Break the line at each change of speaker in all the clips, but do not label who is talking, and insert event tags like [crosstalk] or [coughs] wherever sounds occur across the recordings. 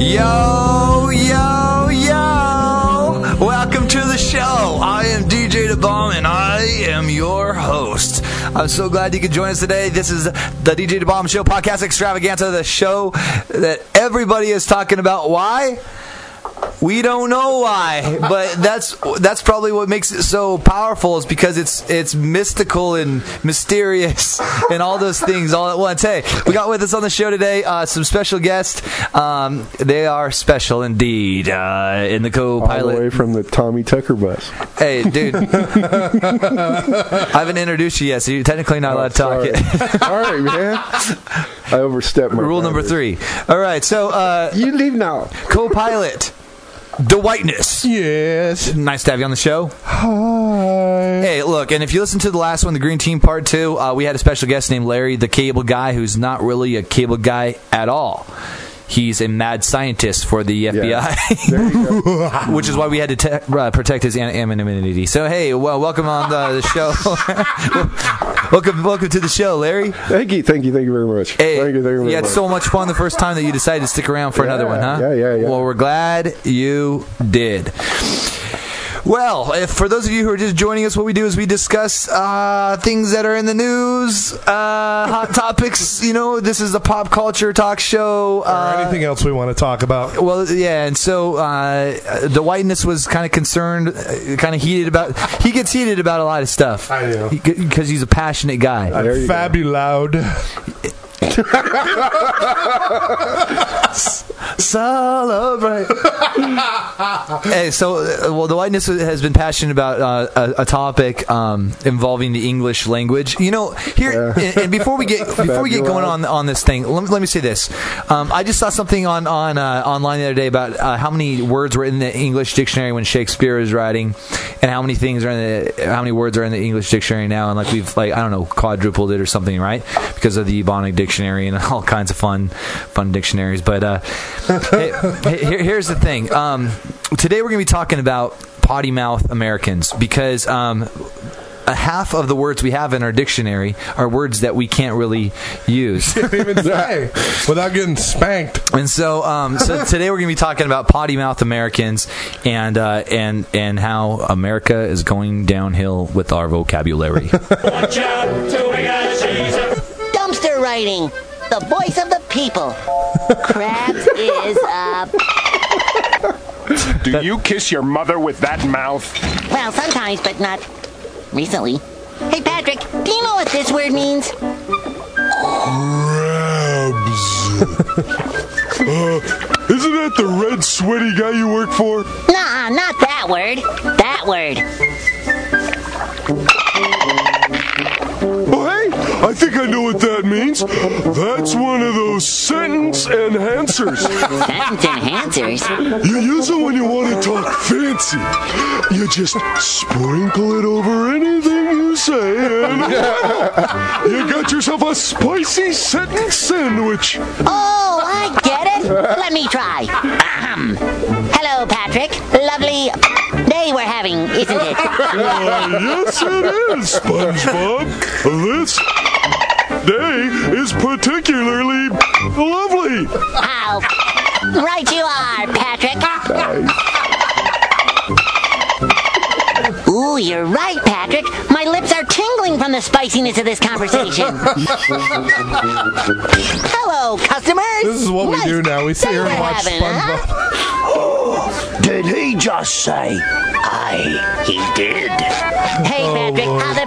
Yo, yo, yo! Welcome to the show. I am DJ the Bomb, and I am your host. I'm so glad you could join us today. This is the DJ the Bomb Show podcast extravaganza, the show that everybody is talking about. Why? We don't know why, but that's that's probably what makes it so powerful is because it's it's mystical and mysterious and all those things all at once. Hey, we got with us on the show today uh, some special guests. Um, they are special indeed. Uh, in the
all the way
co-pilot,
from the Tommy Tucker bus.
hey dude, I haven't introduced you yet, so you're technically not allowed to talk
Oh, Sorry.
yet. [laughs]
Sorry, man. I overstepped my
Rule number
boundaries.
three. All right, so uh,
You leave now.
co-pilot, the whiteness.
Yes.
Nice to have you on the show.
Hi.
Hey, look, and if you listen to the last one, the Green Team Part Two, uh, we had a special guest named Larry, the cable guy, who's not really a cable guy at all. He's a mad scientist for the FBI,
There you go.
[laughs] which is why we had to te- uh, protect his an- anonymity. So, hey, well, welcome on the, the show. [laughs] welcome, welcome to the show, Larry.
Thank you, thank you, thank you very much.
Hey,
thank you, thank you very
you had
much.
so much fun the first time that you decided to stick around for another
Yeah,
one, huh?
yeah, yeah, yeah.
Well, we're glad you did. Well, if, for those of you who are just joining us, what we do is we discuss uh, things that are in the news, uh, hot [laughs] topics. You know, this is a pop culture talk show.
or
Uh,
anything else we want to talk about?
well, yeah, and so uh, the whiteness was kind of concerned, uh, kind of heated about. He gets heated about a lot of stuff.
I do.
because he's a passionate guy.
There you go.
[laughs] Fabuloud.
celebrate. [laughs] hey, so uh, well, the whiteness has been passionate about uh, a, a topic um, involving the English language. You know, here and, and before we get before we get going on on this thing, let me, let me say this. Um, I just saw something on on uh, online the other day about uh, how many words were in the English dictionary when Shakespeare was writing, and how many things are in the how many words are in the English dictionary now, and like we've like I don't know quadrupled it or something, right? Because of the Ebonic dictionary and [laughs] all kinds of fun fun dictionaries. But uh, hey, here, here's the thing. Um, today we're gonna be talking about potty mouth Americans because um, a half of the words we have in our dictionary are words that we can't really use.
Even say, without getting spanked.
And so, um, so [laughs] today we're going to be talking about potty mouth Americans and uh, and and how America is going downhill with our vocabulary.
Watch out, doing a Jesus.
dumpster writing. The voice of the people. Crabs is uh
Do you kiss your mother with that mouth?
well sometimes but not recently. Hey Patrick, do you know what this word means?
[laughs] Uh, Isn't that the red sweaty guy you work for?
Nah, not that word. That word.
Oh, hey, I think I know what that means. That's one of those sentence enhancers.
Sentence enhancers.
you use it when you want to talk fancy. You just sprinkle it over anything you say, and wow, you got yourself a spicy sentence sandwich.
Oh, I get it. Let me try. Ahem. Hello, Patrick. Lovely day we're having, isn't it?
Uh, yes, it is, SpongeBob. This day is particularly lovely.
How right you are, Patrick. Ooh, you're right, Patrick. My lips are tingling from the spiciness of this conversation. Hello, customers.
This is what we
Nice
do now. We sit
day
here and
we're
watch
having, huh?
SpongeBob.
Did he just say? I. He did.
Hey, Patrick,
Oh,
how the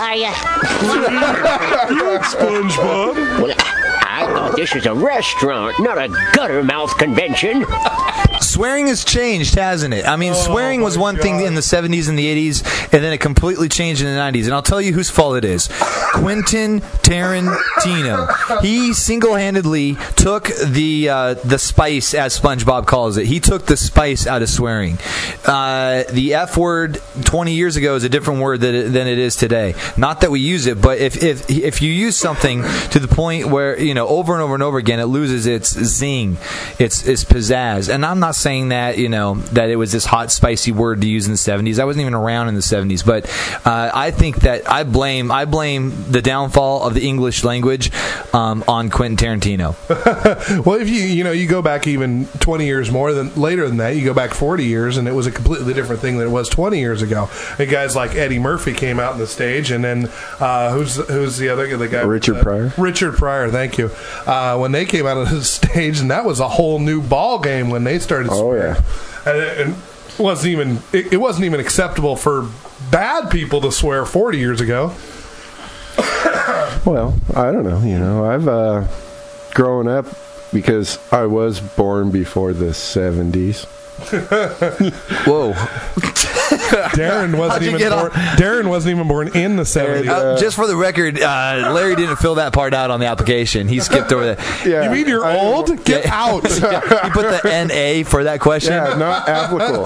are you?
Good SpongeBob.
Well, I thought this was a restaurant, not a gutter mouth convention.
swearing has changed, hasn't it? I mean, swearing
Oh, my
was one thing
God.
in the 70s and the 80s, and then it completely changed in the 90s. And I'll tell you whose fault it is Quentin Tarantino. He single handedly took the uh, the spice, as SpongeBob calls it. He took the spice out of swearing. Uh, the F word 20 years ago is a different word that it, than it is today. Not that we use it, but if, if, if you use something to the point where, you know, over and over and over again, it loses its zing, its, its pizzazz. And I'm not saying saying that you know that it was this hot, spicy word to use in the '70s. I wasn't even around in the '70s, but uh, I think that I blame I blame the downfall of the English language um, on Quentin
[laughs]
Tarantino.
Well, if you you know you go back even twenty years more than later than that, you go back forty years, and it was a completely different thing than it was twenty years ago. And guys like Eddie Murphy came out on the stage, and then uh, who's who's the other the guy?
Richard
uh,
Pryor?
Richard Pryor, thank you. Uh, when they came out on [laughs] the stage, and that was a whole new ball game when they started.
Oh, yeah.
and, it- and it wasn't even it, it wasn't even acceptable for bad people to swear forty years ago.
Well, I don't know. You know, I've uh, grown up because I was born before the '70s.
Whoa!
Darren wasn't
you
even
get on-
born, Darren wasn't even born in the seventies.
Uh, just for the record, uh, Larry didn't fill that part out on the application. He skipped over that.
[laughs] Yeah,
you mean you're
I-
[laughs] old? Get out.
Yeah, he put the N A for that question.
Yeah,
[laughs]
not applicable.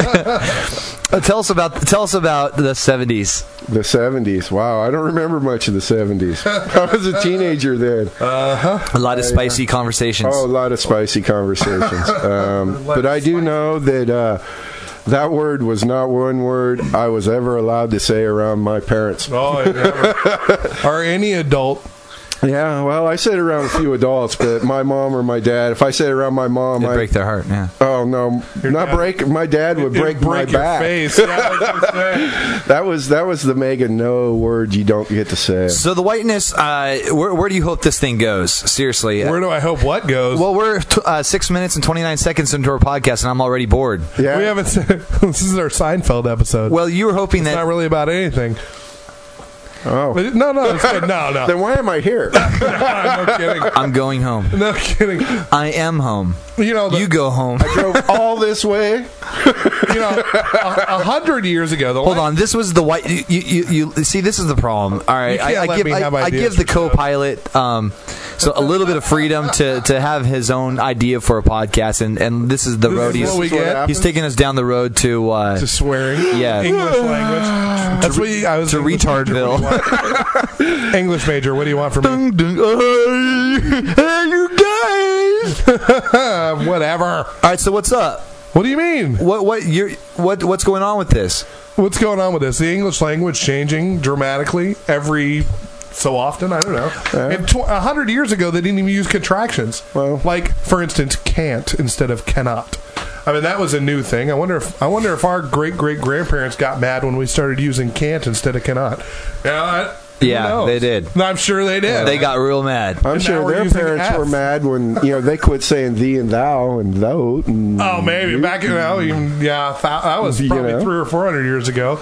Uh, tell us about tell us about the seventies.
the '70s. Wow, I don't remember much of the '70s. I was a teenager then.
A lot of spicy conversations.
Oh, a lot of spicy
[laughs]
conversations. Um, but I do know that uh, that word was not one word I was ever allowed to say around my parents.
Oh, it never- [laughs] or any adult.
Yeah, well, I said around a few adults, but my mom or my dad. If I said around my mom,
It'd
I
break their heart. Yeah.
Oh no! not
dad-
break. My dad would break,
It'd
my back.
face. Yeah, I was gonna
[laughs]
say.
That was that was the mega no word you don't get to say.
So the whiteness. Uh, where, where do you hope this thing goes? Seriously.
Where do I hope what goes?
well, we're t- uh, six minutes and twenty nine seconds into our podcast, and I'm already bored.
Yeah,
we haven't. Said, [laughs] this is our Seinfeld episode.
Well, you were hoping
it's not
that.
really about anything.
Oh.
But it- no, no, it's good. no,
[laughs]
no.
then why am I here?
[laughs] no kidding.
I'm going home.
No kidding.
I am home.
You know, the,
You go home.
Drove all this way.
you know, a, a hundred years ago. The
Hold on. This was the white. You, you, you, you see. This is the problem. All right.
You can't
I, I
let
give.
me
I,
have
I
ideas
give the
for stuff.
co-pilot um, so a little bit of freedom to, to have his own idea for a podcast, and, and this is the
This is
road he's,
what we
what
get.
happened.
he's taking us down the road to uh,
to swearing.
Yeah.
English language. That's what you, I was
to
English major,
retardville. [laughs]
what do you want? English major. What do you want from me? Uh, whatever.
All right, so what's up?
What do you mean?
What what you what what's going on with this?
What's going on with this? The English language changing dramatically every so often. I don't know. And tw- a hundred years ago, they didn't even use contractions.
Well-
like for instance, can't instead of cannot. I mean, that was a new thing. I wonder if I wonder if our great great grandparents got mad when we started using can't instead of cannot. Yeah, I- who
Yeah,
knows?
they did.
I'm sure they did.
They got real mad.
I'm
And now
sure
we're
their
using
parents
F.
were mad when you know they quit saying thee and thou and thou. And
Oh, maybe back in oh, even yeah, thou- that was
You
probably
know?
three or four hundred years ago.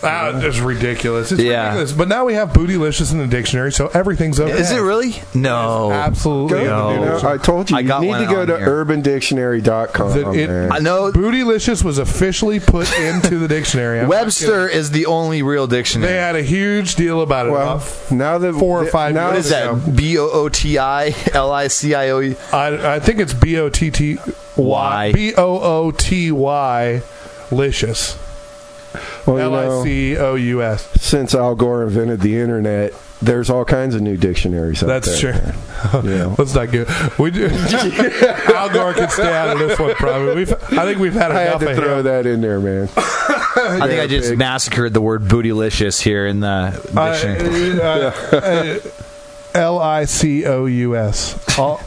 That is ridiculous. It's
Yeah.
ridiculous. But now we have bootylicious in the dictionary, so everything's okay. Oh.
Is it really? No.
Absolutely.
Go, you know, I told you.
I got
you
one
need to go
on
to
here.
UrbanDictionary.com.
The- it-
man.
I know
Bootylicious was officially put into
[laughs]
the dictionary. I'm not kidding.
Webster is the only real
They
dictionary.
had a huge deal about it.
well, now that
Four or five
now
What is that? B o o t i l i c i o. E?
I, I think it's B O T T
Why?
Y B O O T Y licious.
well, you
L
know,
I C O U S.
since Al Gore invented the internet, there's all kinds of new dictionaries out
That's
there.
true.
true. [laughs] Yeah.
Let's not get.
[laughs]
We do. Al Gore can stay out of this one. Probably. We've, I think we've had
I had
enough
to
of
throw
him.
that in there, man.
I think I just
big.
massacred the word bootylicious here in the
Uh,
dictionary.
[laughs]
[laughs] L I C O U S. All-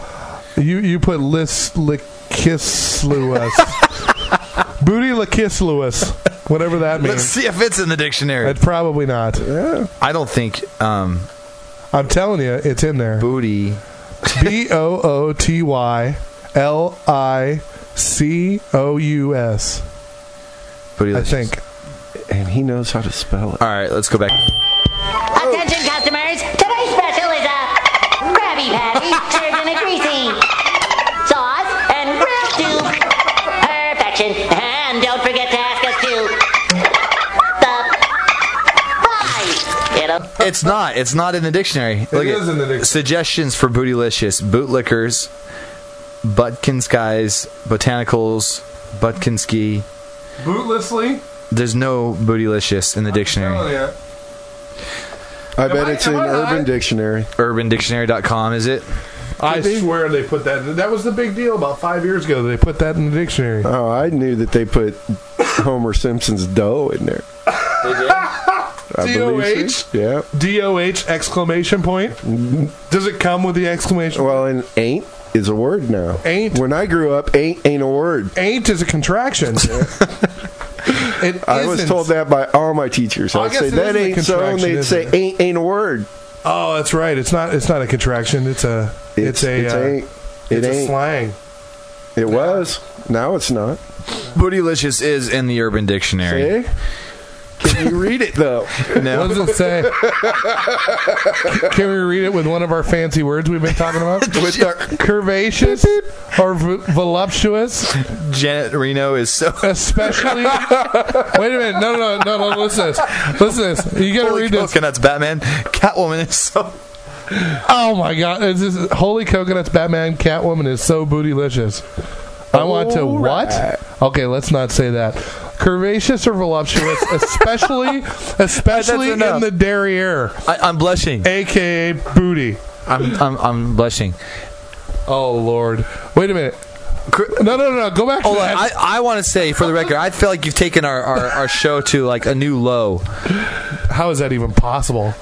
You you put
[laughs]
list likisluus. Booty likisluus. Whatever that
Let's
means.
see if it's in the dictionary.
It's probably not.
I don't think um,
I'm telling you, it's in there.
booty.
B O O T Y L I C O U S. I
Bootylicious.
think.
And he knows how to spell it.
All right, let's go back.
Attention customers, today's special is a Krabby Patty, served in a greasy sauce and grilled to perfection. And don't forget to ask us to the fries. It'll
It's not. It's not in the dictionary. Look
is
at-
in the dictionary.
Suggestions for bootylicious: bootlickers, Butkins guys, botanicals, Butkinski.
Bootlessly?
There's no bootylicious in the dictionary.
I bet it's in
am I
Urban
right?
Dictionary.
UrbanDictionary.com is it?
I swear they put that. That was the big deal about five years ago. They put that in the dictionary.
Oh, I knew that they put Homer Simpson's dough in there. I believe so. Yeah.
DOH exclamation point. Does it come with the exclamation?
Well, and ain't is a word now.
Ain't.
When I grew up, ain't ain't a word.
Ain't is a contraction.
[laughs]
It
I was
isn't.
told that by all my teachers.
I
I'd
guess
say
it
that
is a
ain't so, and
contraction,
they'd say
isn't
ain't ain't a word.
Oh, that's right. It's not. It's not a contraction. It's a. It's, a. uh,
ain't. It
it's a
ain't.
slang.
It was. Now it's not.
Bootylicious is in the Urban Dictionary.
See? Can you read it though?
What does it say?
[laughs]
Can we read it with one of our fancy words we've been
[laughs]
talking about?
With our-
Curvaceous or v- voluptuous,
Janet Reno is so.
especially. Wait a minute! No, no, no, no! no, Listen to this. Listen to this. You gotta
Holy
read this.
coconuts, Batman. Catwoman is so.
Oh my God! Is this holy coconuts? Batman, Catwoman is so bootylicious. I want to
Alright.
what? Okay, let's not say that. Curvaceous
[laughs]
or voluptuous, especially especially in
enough.
the derriere,
I, I'm blushing.
aka booty.
I'm, I'm, I'm blushing.
Oh Lord! Wait a minute.
Cur-
No, no, no! Go back to
Hold on.
that.
I, I want to say, for the record, I feel like you've taken our, our, our show to like a new low.
How is that even possible?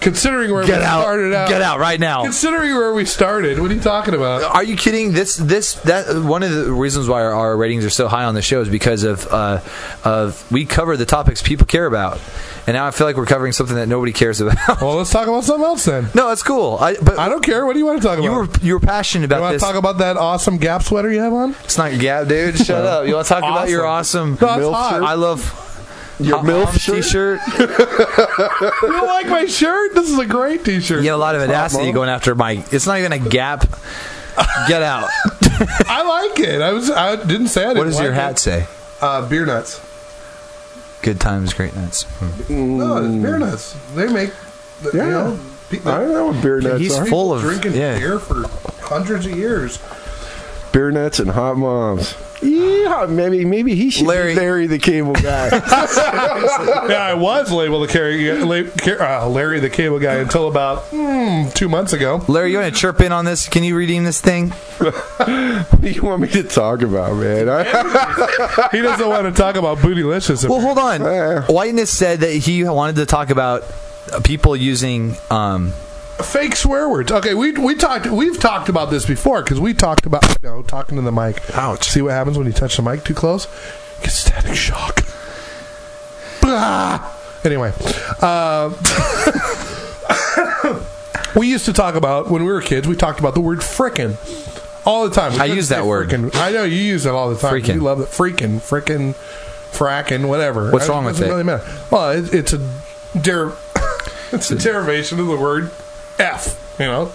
Considering where
Get
we
out.
started out.
Get out right now.
Considering where we started, what are you talking about?
Are you kidding? This this that one of the reasons why our, our ratings are so high on the show is because of uh, of we cover the topics people care about, and now I feel like we're covering something that nobody cares about. [laughs]
Well, let's talk about something else then.
no, that's cool. I but
I don't care. What do you want to talk about?
you were you were passionate
you
about
want
this.
to talk about that awesome Gap sweater you have on?
it's not Gab, dude. Shut up. You want to talk about your awesome
No, it's
MILF
hot.
shirt? I love
Your
I-
milf
I'm
shirt?
t-shirt.
You don't like my shirt? This is a great T-shirt.
You have a [laughs] lot of audacity going after my. It's not even a Gap. Get out.
[laughs] I like it. I was. I didn't say I didn't
what does
like
your
it.
hat say?
Uh, beer nuts.
Good times, great nights. Hmm.
No, it's beer nuts. They make. You
Yeah.
know, pe-
I don't know what beer nuts
He's
are.
full of
drinking
yeah.
beer for hundreds of years.
beer nuts and hot moms. Yeah, maybe maybe he should
Larry-
Larry, Larry the Cable
[laughs]
Guy.
yeah, I was labeled the carry, la, car, uh, Larry the Cable Guy until about mm, two months ago.
Larry, you want to chirp in on this? Can you redeem this thing?
what do you want me to talk about, man? [laughs] I,
He doesn't want to talk about bootylicious.
Well, hold on.
Uh.
Whiteness said that he wanted to talk about people using. Um,
Fake swear words. Okay, we we talked we've talked about this before because we talked about no talking to the mic. Ouch! See what happens when you touch the mic too close? You get static shock. Blah. Anyway, uh, [coughs] we used to talk about when we were kids. We talked about the word frickin' all the time. We
I
couldn't
use
say
that word.
frickin'. I know you use it all the time.
Frickin'.
You love it. Freaking, frickin', frackin', whatever.
What's
I-
wrong with
doesn't
it?
Really matter. Well, it, it's a der- [laughs] it's a derivation of the word F. You know,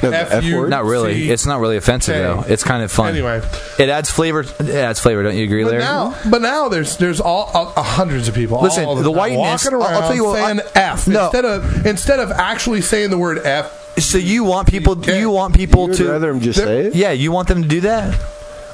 the F
U
word?
not really.
C.
it's not really offensive
Okay.
though. It's kind of fun.
Anyway.
it adds flavor. It adds flavor. Don't you agree,
But
Larry?
now, but now there's there's all uh, uh, hundreds of people.
Listen,
all
the
time
whiteness-
walking around
I'll- I'll tell you what, I-
saying F
No.
instead of instead of actually saying the word F.
So you want people?
Yeah.
You want people
You'd
to?
rather him just say it?
yeah, you want them to do that?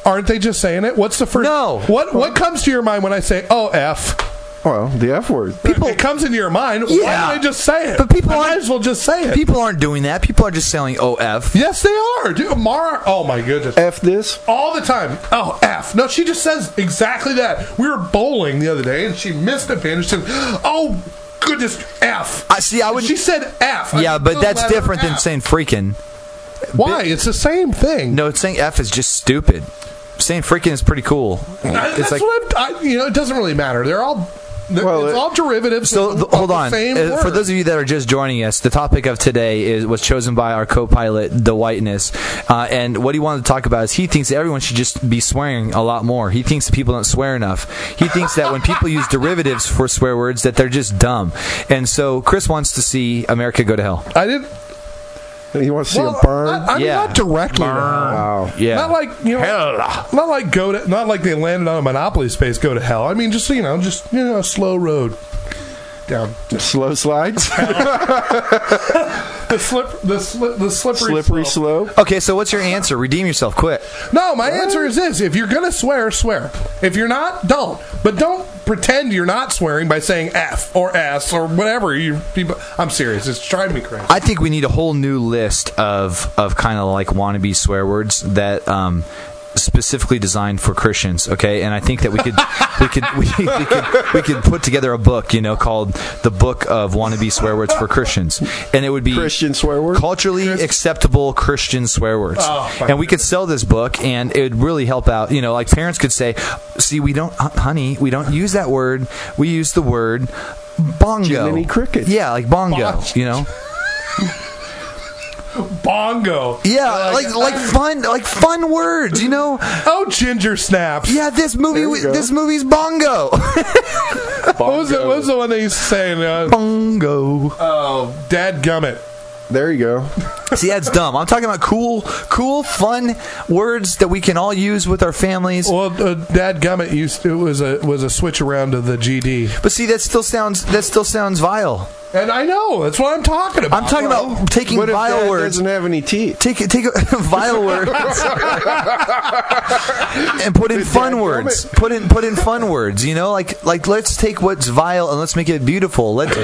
Aren't they just saying it? What's the first?
No.
What what comes to your mind when I say oh F?
Well, the F word.
People, it comes into your mind. Why
Yeah.
do they just say it?
But people
I might
aren't-
as well just say it.
People aren't doing that. People are just selling OF.
yes, they are. Dude, Mara. Oh my goodness.
F this.
all the time. Oh, F. No, she just says exactly that. We were bowling the other day and she missed a pin and she said, Oh, goodness, F.
I see. I would.
she said F. I
yeah,
mean,
but
the
that's
letter
different than
F.
saying freaking.
Why? It's the same thing.
No, it's saying F is just stupid. Saying freaking is pretty cool.
I-
It's
that's
like
what I'm, I, you know, it doesn't really matter. They're all. They're,
Well,
it's
it-
all derivatives. [laughs]
So
of
th- hold
the
on.
Same
Uh, for
word.
those of you that are just joining us, the topic of today is was chosen by our co-pilot, the whiteness, uh, and what he wanted to talk about is he thinks that everyone should just be swearing a lot more. He thinks that people don't swear enough. He thinks that when people use derivatives for swear words, that they're just dumb. And so Chris wants to see America go to hell.
I didn't.
He wants to see
Well,
a burn.
I, am
Yeah.
not directly. to hell.
wow.
Yeah.
Not like you know, not like go to, not like they landed on a monopoly space. Go to hell. I mean, just you know, just you
[laughs]
know, a slow road down.
Slow slides.
the slip, the slip, the slippery,
Slippery
slope.
slope.
Okay, so what's your answer? Redeem yourself, quick.
No, my answer is this: if you're gonna swear, swear. If you're not, don't. But don't pretend you're not swearing by saying f or s or whatever. You people, I'm serious. It's driving me crazy.
I think we need a whole new list of of kind of like wannabe swear words that um specifically designed for Christians, okay? And I think that we could we could we, we could we could put together a book, you know, called The Book of Wannabe Swear Words for Christians. And it would be
Christian swear word?
Culturally acceptable Christian swear words.
Oh, my
and we could sell this book and it would really help out, you know, like parents could say, "See, we don't hon- honey, we don't use that word. We use the word bongo."
Jiminy crickets.
Yeah, like bongo,
Bon-
you know.
Bongo.
Yeah, like like
"Ah."
fun like fun words, you know.
[laughs] Oh, ginger snaps.
Yeah, this movie
There you go.
this movie's bongo. [laughs]
What was, the, what was the one they used to say? in, Uh,
bongo.
oh, dad gummit.
There you go.
See, that's dumb. I'm talking about cool cool fun words that we can all use with our families.
Well, uh, dad gummit used it was a was a switch around to the GD.
But see, that still sounds that still sounds vile.
And I know that's what I'm talking about.
I'm talking about taking
What if
vile
that
words.
doesn't have any teeth?
Take take [laughs] vile words and put in fun
dadgummit.
words. Put in put in fun words. You know, like like let's take what's vile and let's make it beautiful. Let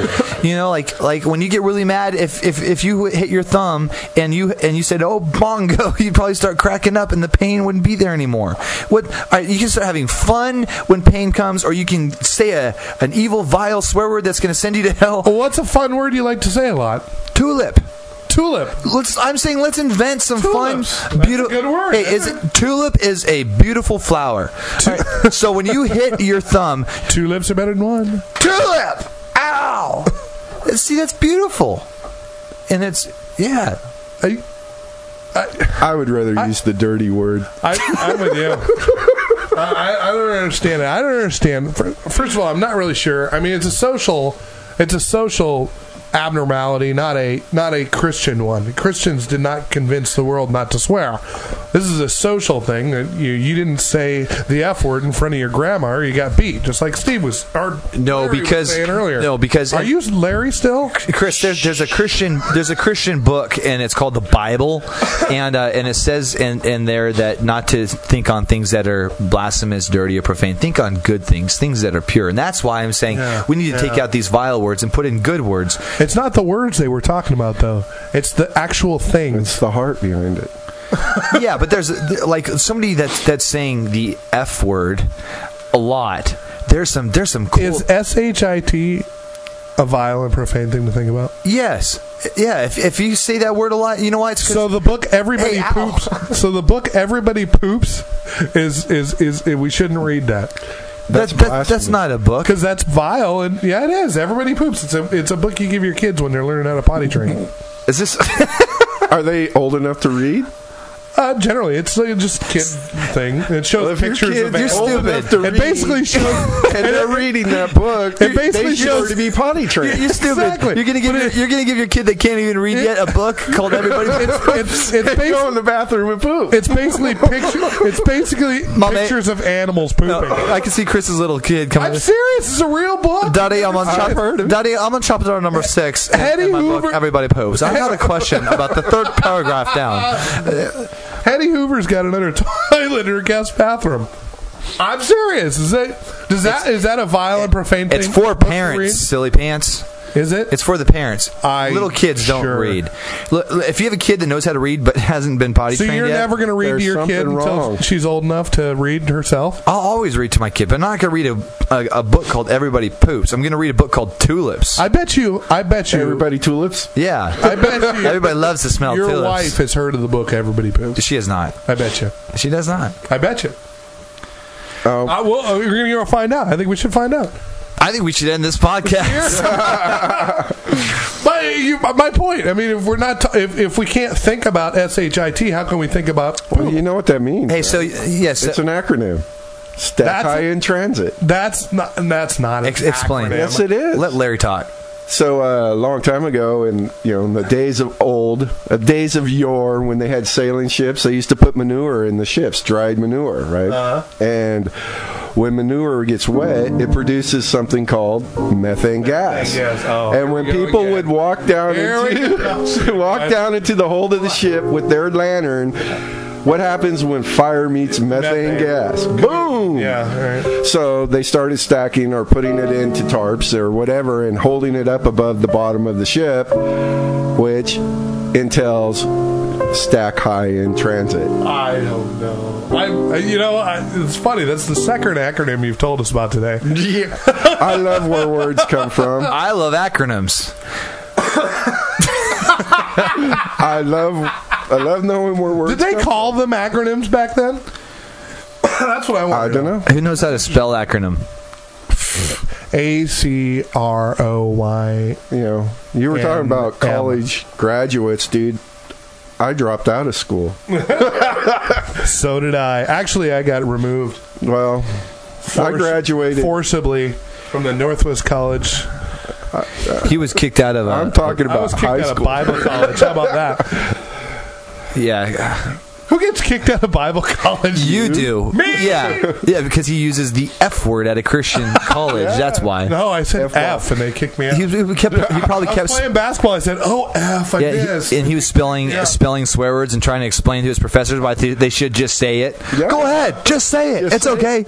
[laughs] you know, like like when you get really mad, if if if you hit your thumb and you and you said oh bongo, [laughs] you'd probably start cracking up and the pain wouldn't be there anymore. What all right, you can start having fun when pain comes, or you can say a an evil vile swear word that's going to send you to hell.
Well, what's a fun word you like to say a lot?
Tulip.
Tulip.
Let's. I'm saying let's invent some
Tulips.
fun,
That's
beautiful.
a good word,
Hey, is
isn't
it, tulip is a beautiful flower. All right, so when you hit your thumb,
Two lips are better than one.
tulip. Ow! See, that's beautiful, and it's yeah.
I,
I would rather use the dirty word.
I, I'm with you. [laughs] I, I- I don't understand it. I don't understand. Fir- First of all, I'm not really sure. I mean, it's a social, it's a social abnormality, not a not a Christian one. Christians did not convince the world not to swear. This is a social thing that you you didn't say the f word in front of your grandma, or you got beat, just like Steve was. Or
No,
Larry was
because-
saying earlier.
no, because-
are you Larry still?
Chris, there's there's a Christian there's a Christian book and it's called the Bible, and uh, and it says in, in there that not to think on things that are blasphemous, dirty, or profane. Think on good things, things that are pure, and that's why I'm saying
Yeah,
we need to take
yeah.
out these vile words and put in good words.
It's not the words they were talking about though. It's the actual things.
It's the heart behind it.
yeah, but there's like somebody that's that's saying the f word a lot. There's some there's some cool.
Is S H I T a vile and profane thing to think about?
yes, yeah. If if you say that word a lot, you know why? It's 'cause-
So the book Everybody
Hey, ow.
Poops. So the book Everybody Poops is is is, we shouldn't read that
that's
that's
that, that's
blasphemy.
not a book.
because that's vile and yeah it is. Everybody Poops. It's a it's a book you give your kids when they're learning how to
[laughs]
potty train.
Is this?
[laughs] Are they old enough to read?
Uh, generally, it's like just kid thing. It shows
Well, if your
pictures of
kids
you're
animals.
old
stupid.
enough to
It
read,
basically [laughs] shows.
[laughs] and they're reading that book,
It basically
they should
shows-
already be potty trained.
[laughs]
[laughs]
You're stupid.
Exactly.
You're gonna give
But
your,
it-
you're gonna give your kid that can't even read
It-
yet a
[laughs]
book called Everybody.
[laughs]
It's, it's, it's
Go
basically
in the bathroom and poop.
it's basically picture, It's basically
My man-
pictures of animals pooping.
No, I can see Chris's little kid coming.
I'm serious. It's a real book.
Daddy, I'm on
I've heard
chapter.
of it.
Daddy, I'm on chapter number six. in-
Hetty
in my book,
Hoover-
Everybody poops. I got a question about the
[laughs]
third paragraph down.
Hattie Hoover's got another [laughs] toilet in her guest bathroom. I'm serious. Is that does that is that a violent, profane thing?
It's for
Book to
parents, silly pants.
read? Is it?
It's for the parents.
I-
Little kids don't
sure.
read. Look, look, if you have a kid that knows how to read but [laughs] hasn't been potty
so
trained
you're
yet,
never going to read to
There's
your kid
something
until
wrong.
she's old enough to read herself.
I'll always read to my kid, but I'm not going to read a, a, a book called Everybody Poops. I'm going to read a book called Tulips.
I bet you. I bet you.
Everybody tulips.
yeah.
I bet
[laughs]
you.
Everybody loves the smell
your
of tulips.
wife has heard of the book Everybody Poops.
She has not.
I bet you.
She does not.
I bet you.
Oh.
I will, oh, we're going to go find out. I think we should find out.
I think we should end this podcast.
My, you, my point. I mean, if we're not, t- if, if we can't think about shit, how can we think about?
Well, you know what that
[laughs]
means.
hey, so yes,
it's an acronym. Stat
That's
high
a-
in transit.
That's not. That's not. an
e-, Ex- explain.
acronym.
Yes, it is.
let Larry talk.
So uh, a long time ago, in you know, in the days of old, the days of yore, when they had sailing ships, they used to put manure in the ships, dried manure, right?
Uh-huh.
And when manure gets wet, it produces something called methane gas.
gas. Oh, here
and when
we go
people
again.
would walk down
Here we
into [laughs]
go.
walk down into the hold of the ship with their lantern, what happens when fire meets methane,
Methane.
gas? Boom!
Yeah, all right.
So they started stacking or putting it into tarps or whatever and holding it up above the bottom of the ship, which entails stack high in transit.
I don't know. I, I- you know, I, it's funny. That's the second acronym you've told us about today.
I love where words come from.
I love acronyms.
I love I love knowing where words
Did they
come
call them acronyms back then? [coughs] That's what I
I
want.
don't know.
Who knows how to spell acronym?
A C R O Y.
You know, you were talking about
M.
college graduates, dude. I dropped out of school.
So did I. Actually, I got removed.
Well, I
forci-
graduated.
forcibly from the Northwest College.
He was kicked out of. A,
I'm talking
I
about
was kicked
high
out of
school.
Bible college. How about that?
Yeah,
Who gets kicked out of Bible college?
you do.
Me?
Yeah, yeah, because he uses the F word at a
[laughs]
Christian college. That's why.
No, I said F,
F1.
and they kicked me out.
He, he kept. He probably
I was
kept.
playing basketball. I said, "Oh F, I
Yeah,
missed."
he, and he was spelling
Yeah.
spelling swear words and trying to explain to his professors why th- they should just say it.
Yeah.
Go ahead, just say it.
Just
it's
say
okay.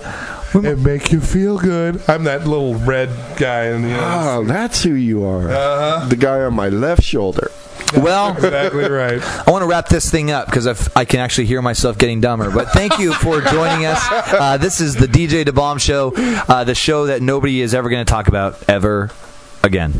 it make you feel good. I'm that little red guy in the. Uh,
Ah.
Oh, that's who you are.
Uh-huh.
The guy on my left shoulder.
Well,
exactly right.
I want to wrap this thing up because I can actually hear myself getting dumber. But thank you for joining
[laughs]
us. Uh, this is the DJ DeBomb show, uh, the show that nobody is ever going to talk about ever again.